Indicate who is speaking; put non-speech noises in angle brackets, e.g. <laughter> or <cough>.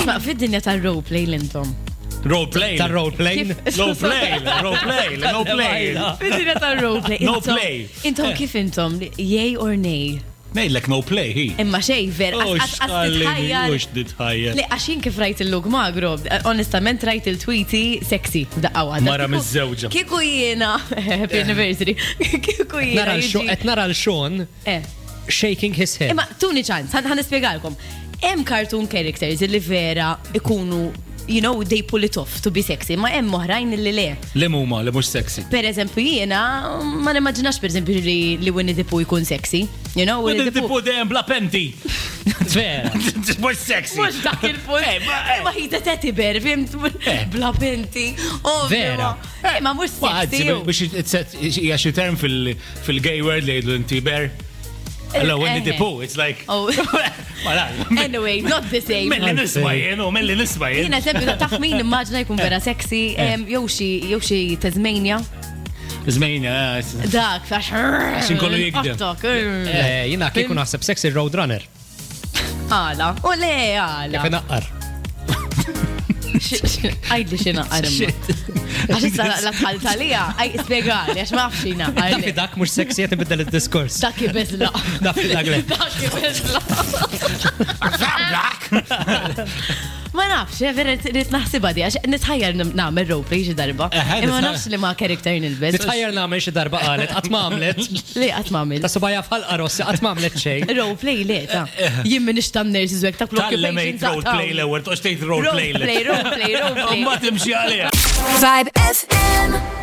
Speaker 1: Isma, fid-dinja tal-roleplay l-intom.
Speaker 2: Roleplay.
Speaker 3: Ta' roleplay.
Speaker 1: <laughs>
Speaker 2: Roleplay. Roleplay. No play.
Speaker 1: Fid-dinja tal-roleplay.
Speaker 2: No
Speaker 1: intom-
Speaker 2: play. Eh.
Speaker 1: Intom kif intom, li- yay or nay?
Speaker 2: Nejlek no play, hi.
Speaker 1: Imma xej, ver,
Speaker 2: Ux,
Speaker 1: għas-titħajjar.
Speaker 2: ux, ditħajja.
Speaker 1: Le, għaxin kif rajt il-lug magro, onestament rajt il-tweety sexy, daqqa għadha.
Speaker 2: Mara miż-żewġa. Eh.
Speaker 1: Kiku jiena, happy anniversary, <laughs> kiku jiena.
Speaker 3: Nara l-xon,
Speaker 1: jiġi-
Speaker 3: et nara l-xon
Speaker 1: Eh,
Speaker 3: shaking his head.
Speaker 1: Imma tuni ċans, għan nispiegalkom. Hemm cartoon characters li vera ikunu, you know, they pull it off to be sexy, ma hemm oħrajn li le.
Speaker 2: Le muma, le mux sexy.
Speaker 1: Per eżempju jiena ma nimmaġinax per eżempju li, li Winnie the Pooh jkun sexy. You know, Winnie the Pooh.
Speaker 2: Tipu dem bla <laughs> penti.
Speaker 3: <laughs> Vera.
Speaker 2: Mux sexy.
Speaker 1: Mux dak <laughs> il-punt. Eh, Ma Eh. hi tetiber, fimt, bla penti. Eh,
Speaker 3: Vera.
Speaker 1: Ma mux sexy.
Speaker 2: Għadzi,
Speaker 1: ju.
Speaker 2: biex jgħaxi term fil- fil-gay word li jgħidu intiber. Hello, when
Speaker 1: Eh, eh.
Speaker 2: did the poo? It's like.
Speaker 1: Oh.
Speaker 2: Mala,
Speaker 1: Anyway, not the same.
Speaker 2: Melli nisma jenu, melli nisma jenu.
Speaker 1: Jina eżempju taf min immaġna jkun vera sexy, em, jew xi- jew xi Tasmania.
Speaker 2: Zmejna,
Speaker 1: Dak, għax.
Speaker 2: Għax inkollu jikdem.
Speaker 1: Aftok,
Speaker 3: Eh, Jina kieku naħseb sexy roadrunner.
Speaker 1: Għala, u le,
Speaker 3: Kif
Speaker 1: għala.
Speaker 3: naqqar.
Speaker 1: Għajd li xina għarma. Għax issa la tħalta li għaj spiegali, għax maħfxina.
Speaker 3: Dafi dak mux sexy jett nbiddel il-diskors.
Speaker 1: Dak ibezla.
Speaker 3: Dak il-agle.
Speaker 1: <laughs> Dak ibezla. Ma nafx, eh, vera rrit naħsibha di, għax nitħajjar nagħmel roleplay xi darba.
Speaker 3: Eh,
Speaker 1: Imma
Speaker 3: nitħajjar.
Speaker 1: nafx li ma karakter nilbes.
Speaker 3: Nitħajjar namel xie darba għalet, għatma
Speaker 1: <laughs>
Speaker 3: għamlet.
Speaker 1: Li qatt m'għamil.
Speaker 3: Ta' subajja fal-qarossi, għatma għamlet xej.
Speaker 1: Roleplay li ta'
Speaker 3: Eh,
Speaker 1: jien minix tam nersi zwek ta' blokki.
Speaker 2: Tal-lemejt roleplay l-ewel, toċtejt
Speaker 1: Roleplay,
Speaker 2: roleplay
Speaker 3: <laughs>
Speaker 2: l-ewel.
Speaker 1: roleplay, roleplay.
Speaker 2: Umma timxi għalija.
Speaker 4: Vibe FM.